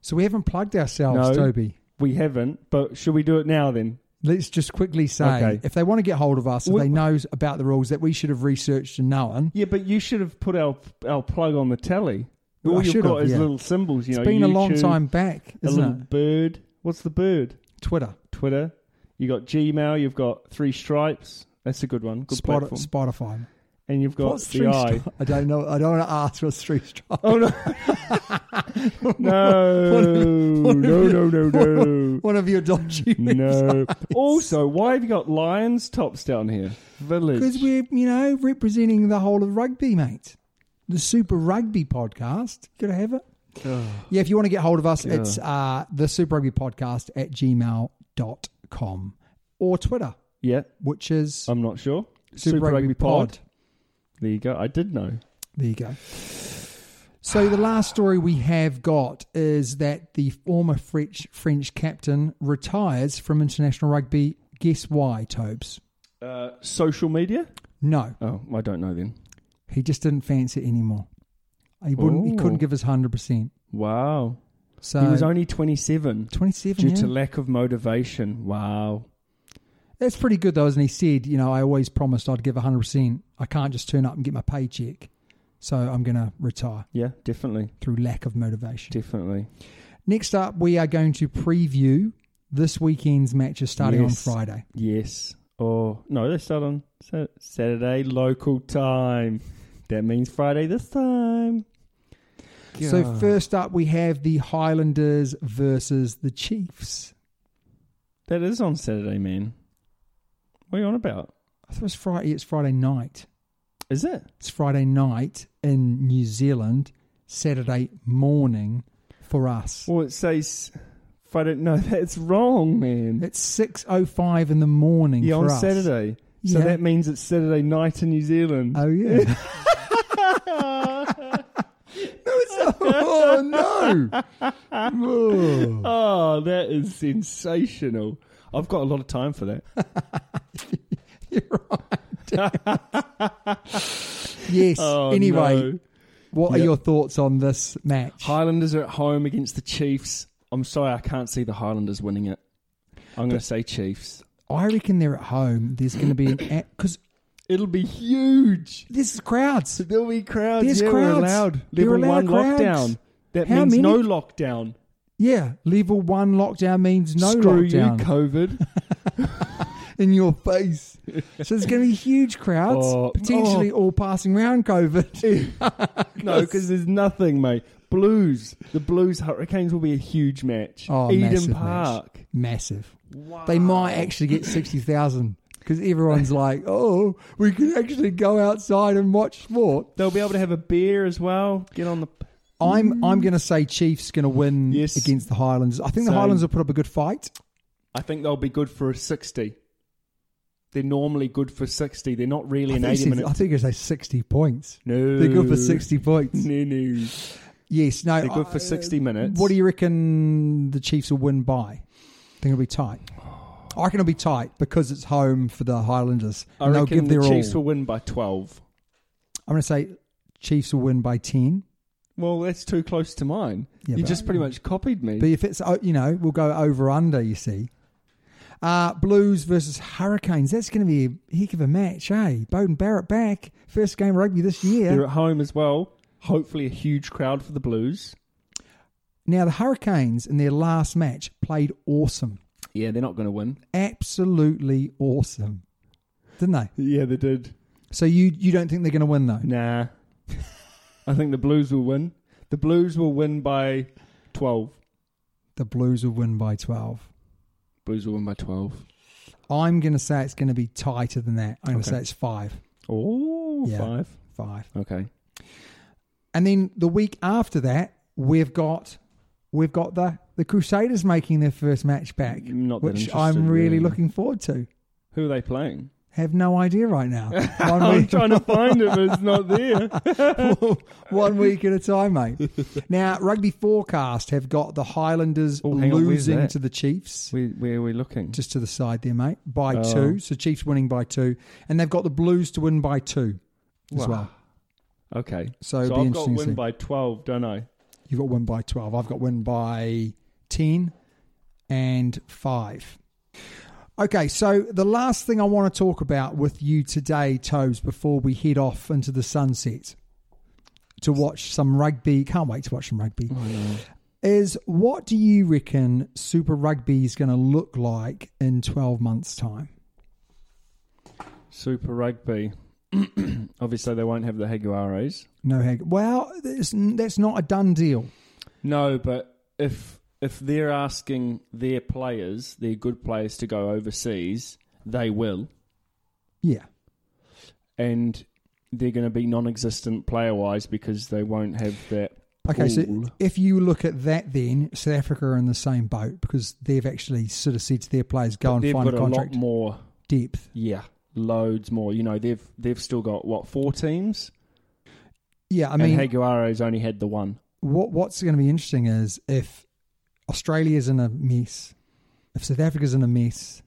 Speaker 2: So we haven't plugged ourselves,
Speaker 3: No.
Speaker 2: Toby.
Speaker 3: we haven't, but should we do it now then?
Speaker 2: Let's just quickly say
Speaker 3: Okay.
Speaker 2: if they want to get hold of us, if
Speaker 3: We-
Speaker 2: they know about the rules that we should have researched and known.
Speaker 3: Yeah, but you should have put our our plug on the telly.
Speaker 2: Well, I
Speaker 3: All you've
Speaker 2: should
Speaker 3: got
Speaker 2: have,
Speaker 3: is
Speaker 2: yeah.
Speaker 3: little symbols. You
Speaker 2: It's
Speaker 3: know,
Speaker 2: been a long
Speaker 3: YouTube,
Speaker 2: time back,
Speaker 3: A
Speaker 2: isn't
Speaker 3: little
Speaker 2: it?
Speaker 3: bird. What's the bird?
Speaker 2: Twitter,
Speaker 3: Twitter. You got Gmail. You've got three stripes. That's a good one. Good
Speaker 2: Spot-
Speaker 3: platform.
Speaker 2: Spotify.
Speaker 3: and you've got
Speaker 2: What's
Speaker 3: the
Speaker 2: three
Speaker 3: eye.
Speaker 2: stri- I don't know. I don't want to ask what's three strikes.
Speaker 3: Oh no! no! no! No! No! No!
Speaker 2: One of your dodgy.
Speaker 3: No. Also, why have you got lions tops down here? Village.
Speaker 2: Because we're, you know, representing the whole of rugby, mate. The Super Rugby podcast. Gotta have it. Yeah, if you want to get hold of us, it's uh, the Super Rugby podcast at gmail.com or Twitter,
Speaker 3: yeah,
Speaker 2: which is
Speaker 3: I'm not sure. There you go. I did know.
Speaker 2: There you go. So the last story we have got is that the former French French captain retires from international rugby. Guess why, Tobes?
Speaker 3: Uh, social media.
Speaker 2: No,
Speaker 3: Oh, I don't know then.
Speaker 2: he just didn't fancy it anymore. He wouldn't. He couldn't
Speaker 3: Ooh.
Speaker 2: give his hundred percent.
Speaker 3: Wow.
Speaker 2: So
Speaker 3: he was only 27
Speaker 2: Uh, twenty-seven.
Speaker 3: due
Speaker 2: Yeah.
Speaker 3: to lack of motivation. Wow.
Speaker 2: That's pretty good though, isn't he? Said, you know, I always promised I'd give hundred percent. I can't just turn up and get my paycheck, so I'm going to retire
Speaker 3: Yeah, definitely.
Speaker 2: through lack of motivation.
Speaker 3: Definitely.
Speaker 2: Next up, we are going to preview this weekend's matches starting
Speaker 3: Yes.
Speaker 2: on Friday.
Speaker 3: Yes. Or no, they start on Sa- Saturday local time. That means Friday this time.
Speaker 2: So
Speaker 3: God.
Speaker 2: first up, we have the Highlanders versus the Chiefs.
Speaker 3: that is on Saturday, man. What are you on about?
Speaker 2: I thought it was Friday. It's Friday night.
Speaker 3: Is it?
Speaker 2: It's Friday night in New Zealand. Saturday morning for us.
Speaker 3: Well, it says Friday. No, that's wrong, man.
Speaker 2: It's six oh five in the morning.
Speaker 3: yeah,
Speaker 2: for
Speaker 3: on
Speaker 2: us.
Speaker 3: Saturday. So
Speaker 2: Yeah.
Speaker 3: that means it's Saturday night in New Zealand.
Speaker 2: Oh yeah. no, it's not. Oh no. Oh.
Speaker 3: Oh, that is sensational. I've got a lot of time for that.
Speaker 2: You're right. yes. anyway,
Speaker 3: Oh, no.
Speaker 2: what are
Speaker 3: Yeah.
Speaker 2: your thoughts on this match?
Speaker 3: Highlanders are at home against the Chiefs. I'm sorry, I can't see the Highlanders winning it. I'm going to say Chiefs.
Speaker 2: I reckon they're at home. There's going to be an because
Speaker 3: It'll be huge.
Speaker 2: there's crowds.
Speaker 3: There'll be crowds.
Speaker 2: There's
Speaker 3: yeah,
Speaker 2: crowds.
Speaker 3: We're allowed.
Speaker 2: You're
Speaker 3: Level
Speaker 2: allowed
Speaker 3: one
Speaker 2: crowds.
Speaker 3: lockdown. That
Speaker 2: How
Speaker 3: means
Speaker 2: many-
Speaker 3: no lockdown.
Speaker 2: Yeah, level one lockdown means no
Speaker 3: Screw
Speaker 2: lockdown
Speaker 3: you, COVID.
Speaker 2: in your face. so there's going to be huge crowds,
Speaker 3: Oh,
Speaker 2: potentially all passing round COVID.
Speaker 3: no, because there's nothing, mate. Blues. The Blues Hurricanes will be a huge match.
Speaker 2: Oh, massive
Speaker 3: Eden
Speaker 2: match.
Speaker 3: Park.
Speaker 2: Massive. They might actually get sixty thousand because everyone's like, "Oh, we can actually go outside and watch sport."
Speaker 3: They'll be able to have a beer as well. Get on the.
Speaker 2: I'm I'm going to say Chiefs going to win
Speaker 3: Mm. Yes.
Speaker 2: against the Highlands. I think the
Speaker 3: Same.
Speaker 2: Highlands will put up a good fight.
Speaker 3: I think they'll be good for a sixty. They're normally good for sixty. They're not really
Speaker 2: I
Speaker 3: an
Speaker 2: think,
Speaker 3: eighty
Speaker 2: it's-
Speaker 3: minute.
Speaker 2: I think it's like sixty points.
Speaker 3: No,
Speaker 2: They're good for sixty points.
Speaker 3: No, no.
Speaker 2: Yes, no.
Speaker 3: They're good for
Speaker 2: I-
Speaker 3: sixty minutes.
Speaker 2: What do you reckon the Chiefs will win by? I think it'll be tight. I reckon it'll be tight because it's home for the Highlanders.
Speaker 3: I
Speaker 2: and they'll
Speaker 3: reckon
Speaker 2: give their
Speaker 3: the Chiefs
Speaker 2: all.
Speaker 3: will win by twelve.
Speaker 2: I'm going to say Chiefs will win by 10.
Speaker 3: Well, that's too close to mine.
Speaker 2: Yeah,
Speaker 3: you
Speaker 2: but-
Speaker 3: just pretty much copied me.
Speaker 2: But if it's, oh, you know, we'll go over under, you see. Uh, Blues versus Hurricanes. That's going to be a heck of a match, eh? Bowden Barrett back. First game of rugby this
Speaker 3: They're
Speaker 2: year.
Speaker 3: at home as well. Hopefully, a huge crowd for the Blues.
Speaker 2: Now, the Hurricanes in their last match played awesome.
Speaker 3: Yeah, they're not going to win.
Speaker 2: Absolutely awesome. Didn't they?
Speaker 3: Yeah, they did.
Speaker 2: So you you don't think they're going to win, though?
Speaker 3: Nah, I think the Blues will win. The Blues will win by twelve.
Speaker 2: The Blues will win by 12.
Speaker 3: Blues will win by twelve.
Speaker 2: I'm going to say it's going to be tighter than that. I'm going to
Speaker 3: Okay.
Speaker 2: say it's five.
Speaker 3: Oh,
Speaker 2: Yeah.
Speaker 3: five.
Speaker 2: Five.
Speaker 3: Okay.
Speaker 2: And then the week after that, we've got we've got the the Crusaders making their first match back,
Speaker 3: Mm, Not that
Speaker 2: which
Speaker 3: interested,
Speaker 2: I'm really,
Speaker 3: really.
Speaker 2: looking forward to.
Speaker 3: Who are they playing?
Speaker 2: Have no idea right now. One
Speaker 3: I'm
Speaker 2: week,
Speaker 3: trying to find it, but it's not there.
Speaker 2: one week at a time, mate. Now, Rugby Forecast have got the Highlanders
Speaker 3: Oh, hang on, where's
Speaker 2: losing
Speaker 3: that?
Speaker 2: to the Chiefs.
Speaker 3: Where, where are we looking?
Speaker 2: just to the side there, mate, by two. So Chiefs winning by two, and they've got the Blues to win by two as
Speaker 3: Wow.
Speaker 2: well.
Speaker 3: okay.
Speaker 2: So it'll be
Speaker 3: I've got
Speaker 2: interesting to see.
Speaker 3: win by 12, don't I?
Speaker 2: You've got win by twelve. I've got win by ten and five. Okay, so the last thing I want to talk about with you today, Toes, before we head off into the sunset to watch some rugby. Can't wait to watch some rugby. Is what do you reckon Super Rugby is going to look like in twelve months' time?
Speaker 3: Super Rugby. Obviously, they won't have the Higuares.
Speaker 2: No Hag. Well, that's, that's not a done deal.
Speaker 3: No, but if if they're asking their players, their good players, to go overseas, they will,
Speaker 2: Yeah.
Speaker 3: and they're going to be non-existent player-wise because they won't have that.
Speaker 2: Okay, so
Speaker 3: pool.
Speaker 2: if you look at that, then South Africa are in the same boat because they've actually sort of said to their players, "Go and
Speaker 3: they've
Speaker 2: find
Speaker 3: got
Speaker 2: a
Speaker 3: a lot
Speaker 2: contract
Speaker 3: more.
Speaker 2: depth."
Speaker 3: Yeah, loads more. You know, they've they've still got what four teams,
Speaker 2: Yeah, I mean,
Speaker 3: and Higuare's only had the one.
Speaker 2: what what's going to be interesting is if Australia's in a mess, if South Africa's in a mess,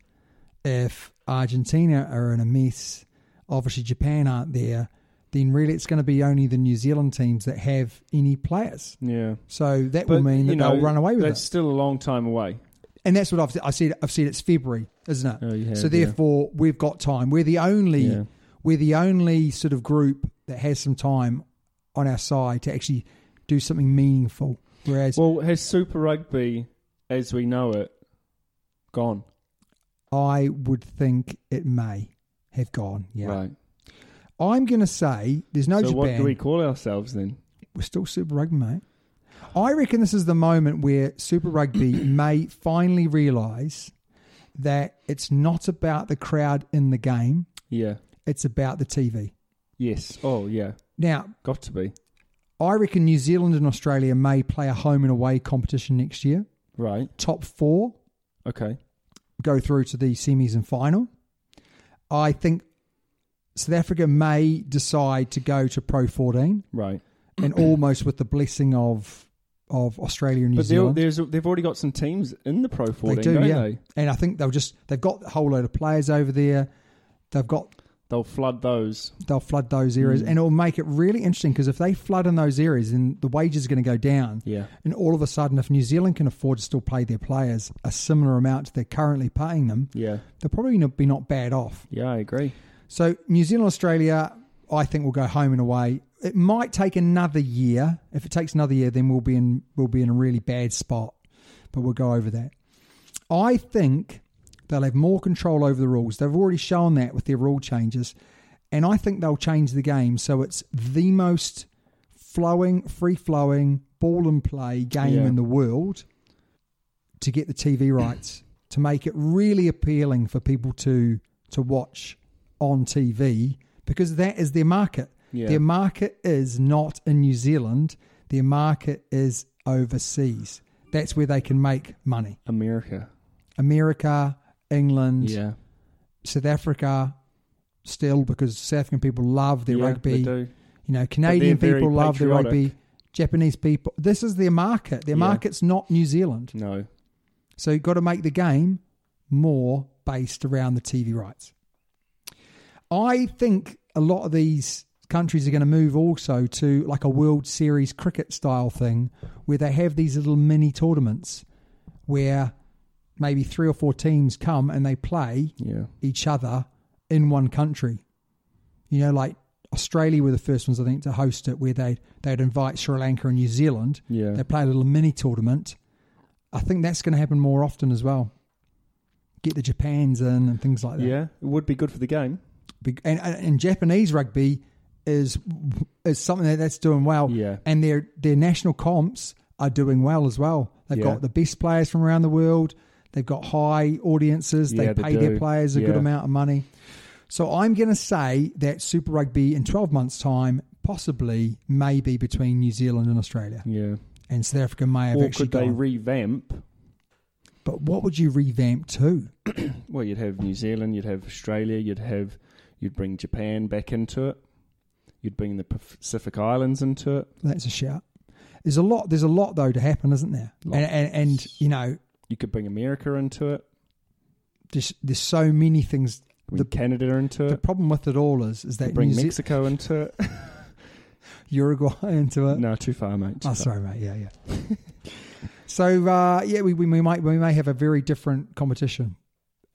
Speaker 2: if Argentina are in a mess, obviously Japan aren't there. Then really, it's going to be only the New Zealand teams that have any players.
Speaker 3: Yeah,
Speaker 2: So that will mean that they'll run away with
Speaker 3: that's
Speaker 2: it.
Speaker 3: still a long time away.
Speaker 2: and that's what I've I said. I've said it's February, isn't it?
Speaker 3: Oh, you have,
Speaker 2: so therefore, we've got time. We're the only
Speaker 3: Yeah.
Speaker 2: we're the only sort of group that has some time on our side to actually do something meaningful. Whereas,
Speaker 3: Well, has Super Rugby, as we know it, gone?
Speaker 2: I would think it may have gone. Yeah,
Speaker 3: Right.
Speaker 2: I'm going to say there's no
Speaker 3: so
Speaker 2: Japan.
Speaker 3: what do we call ourselves then?
Speaker 2: we're still Super Rugby, mate. I reckon this is the moment where Super Rugby may finally realise that it's not about the crowd in the game;
Speaker 3: Yeah.
Speaker 2: it's about the TV.
Speaker 3: Yes. Oh, yeah.
Speaker 2: Now,
Speaker 3: Got to be.
Speaker 2: I reckon New Zealand and Australia may play a home and away competition next year.
Speaker 3: Right.
Speaker 2: Top four
Speaker 3: Okay.
Speaker 2: go through to the semis and final. I think South Africa may decide to go to Pro 14
Speaker 3: Right.
Speaker 2: and almost with the blessing of of Australia and New
Speaker 3: But there-
Speaker 2: Zealand.
Speaker 3: there's they've already got some teams in the Pro 14,
Speaker 2: they do,
Speaker 3: not
Speaker 2: yeah.
Speaker 3: they?
Speaker 2: And I think they'll just they've got a whole load of players over there. They've got
Speaker 3: They'll flood those.
Speaker 2: they'll flood those
Speaker 3: Hmm.
Speaker 2: areas and it'll make it really interesting because if they flood in those areas then the wages are going to go down
Speaker 3: Yeah.
Speaker 2: and all of a sudden if new zealand can afford to still pay their players a similar amount they're currently paying them
Speaker 3: Yeah.
Speaker 2: they'll probably not be not bad off
Speaker 3: Yeah, I agree.
Speaker 2: so new zealand australia i think will go home and away it might take another year if it takes another year then we'll be in we'll be in a really bad spot but we'll go over that i think they'll have more control over the rules they've already shown that with their rule changes and i think they'll change the game so it's the most flowing free flowing ball and play game
Speaker 3: Yeah.
Speaker 2: in the world to get the TV rights to make it really appealing for people to to watch on TV because that is their market.
Speaker 3: Yeah.
Speaker 2: Their market is not in New Zealand. Their market is overseas. That's where they can make money.
Speaker 3: America.
Speaker 2: America, England,
Speaker 3: Yeah.
Speaker 2: South Africa, still because South African people love their
Speaker 3: Yeah,
Speaker 2: rugby.
Speaker 3: They do.
Speaker 2: You know, Canadian
Speaker 3: they're very
Speaker 2: people love their
Speaker 3: patriotic.
Speaker 2: rugby. Japanese people. This is their market. Their
Speaker 3: Yeah.
Speaker 2: market's not New Zealand.
Speaker 3: No.
Speaker 2: So you've got to make the game more based around the TV rights. I think a lot of these countries are going to move also to like a World Series cricket style thing where they have these little mini tournaments where maybe three or four teams come and they play
Speaker 3: Yeah.
Speaker 2: each other in one country. You know, like Australia were the first ones I think to host it, where they they'd invite Sri Lanka and New Zealand.
Speaker 3: Yeah.
Speaker 2: they play a little mini tournament. I think that's going to happen more often as well. Get the Japans in and things like that.
Speaker 3: Yeah. It would be good for the game.
Speaker 2: Big- and, and, and Japanese rugby is is something that that's doing well.
Speaker 3: Yeah.
Speaker 2: and their their national comps are doing well as well. They've
Speaker 3: Yeah.
Speaker 2: got the best players from around the world. They've got high audiences. they
Speaker 3: Yeah, they
Speaker 2: pay their
Speaker 3: do.
Speaker 2: players a good
Speaker 3: Yeah.
Speaker 2: amount of money. So I'm going to say that Super Rugby in 12 months' time, possibly, maybe between New Zealand and Australia,
Speaker 3: Yeah.
Speaker 2: and South Africa may have
Speaker 3: or
Speaker 2: actually
Speaker 3: could they
Speaker 2: gone.
Speaker 3: revamp?
Speaker 2: but what would you revamp to?
Speaker 3: Well, you'd have New Zealand, you'd have Australia, you'd have you'd bring Japan back into it. You'd bring the Pacific Islands into it.
Speaker 2: That's a shout. There's a lot. There's a lot though to happen, isn't there? And, and and you know,
Speaker 3: You could bring America into it.
Speaker 2: just there's so many things.
Speaker 3: Bring
Speaker 2: The,
Speaker 3: Canada into
Speaker 2: the
Speaker 3: it.
Speaker 2: problem with it all is is that
Speaker 3: Bring
Speaker 2: New Ze-
Speaker 3: Mexico into it.
Speaker 2: Uruguay into it.
Speaker 3: no, too far, mate. too
Speaker 2: Oh,
Speaker 3: far.
Speaker 2: sorry, mate. Yeah, yeah. so uh, yeah, we, we we might we may have a very different competition,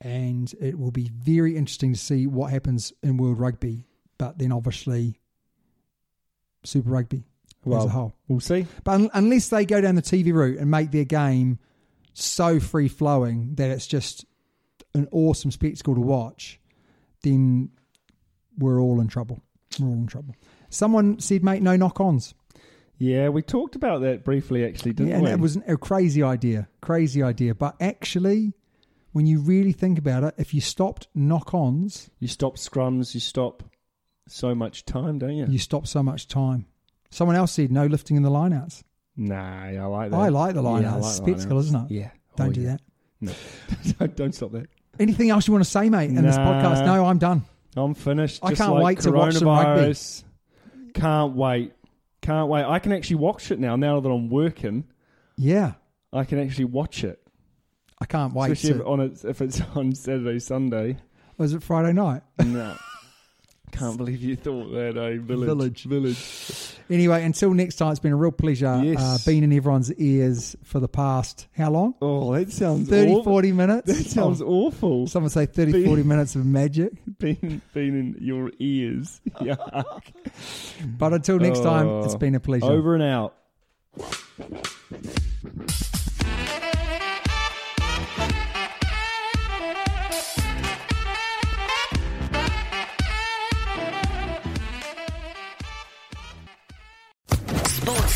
Speaker 2: and it will be very interesting to see what happens in World Rugby. But then obviously, Super Rugby as a whole.
Speaker 3: We'll see.
Speaker 2: But un- unless they go down the TV route and make their game so free flowing that it's just an awesome spectacle to watch, then we're all in trouble. We're all in trouble. Someone said, "Mate, no knock-ons."
Speaker 3: Yeah, we talked about that briefly, actually, didn't
Speaker 2: Yeah, and
Speaker 3: we?
Speaker 2: it was an- a crazy idea, crazy idea. But actually, when you really think about it, if you stopped knock-ons,
Speaker 3: you stop scrums, you stop so much time, don't you?
Speaker 2: you stop so much time. Someone else said, "No lifting in the lineouts."
Speaker 3: Nah, I like that.
Speaker 2: I like the lineouts.
Speaker 3: Yeah, I
Speaker 2: it's
Speaker 3: like the
Speaker 2: spectacle,
Speaker 3: lineouts.
Speaker 2: isn't it?
Speaker 3: Yeah.
Speaker 2: Don't
Speaker 3: Oh,
Speaker 2: do
Speaker 3: yeah.
Speaker 2: that.
Speaker 3: No. don't, don't stop that.
Speaker 2: Anything else you want to say, mate, in this
Speaker 3: Nah.
Speaker 2: podcast? No, I'm done.
Speaker 3: I'm finished.
Speaker 2: I
Speaker 3: just
Speaker 2: can't
Speaker 3: like
Speaker 2: wait to watch some rugby.
Speaker 3: coronavirus. Can't wait. Can't wait. I can actually watch it now. Now that I'm working,
Speaker 2: Yeah,
Speaker 3: I can actually watch it.
Speaker 2: I can't wait.
Speaker 3: Especially
Speaker 2: to-
Speaker 3: if, on a, if it's on Saturday, Sunday.
Speaker 2: was it Friday night?
Speaker 3: No. Can't believe you thought that, eh? Village. Village.
Speaker 2: Anyway, until next time, it's been a real pleasure
Speaker 3: Yes.
Speaker 2: uh, being in everyone's ears for the past how long?
Speaker 3: Oh, that sounds
Speaker 2: 30,
Speaker 3: awful.
Speaker 2: 40 minutes?
Speaker 3: That sounds
Speaker 2: Oh,
Speaker 3: awful.
Speaker 2: Some would say 30,
Speaker 3: Be-
Speaker 2: 40 minutes of magic.
Speaker 3: Being, being in your ears. Yeah.
Speaker 2: But until next time,
Speaker 3: Oh.
Speaker 2: it's been a pleasure.
Speaker 3: Over and out.
Speaker 4: Sports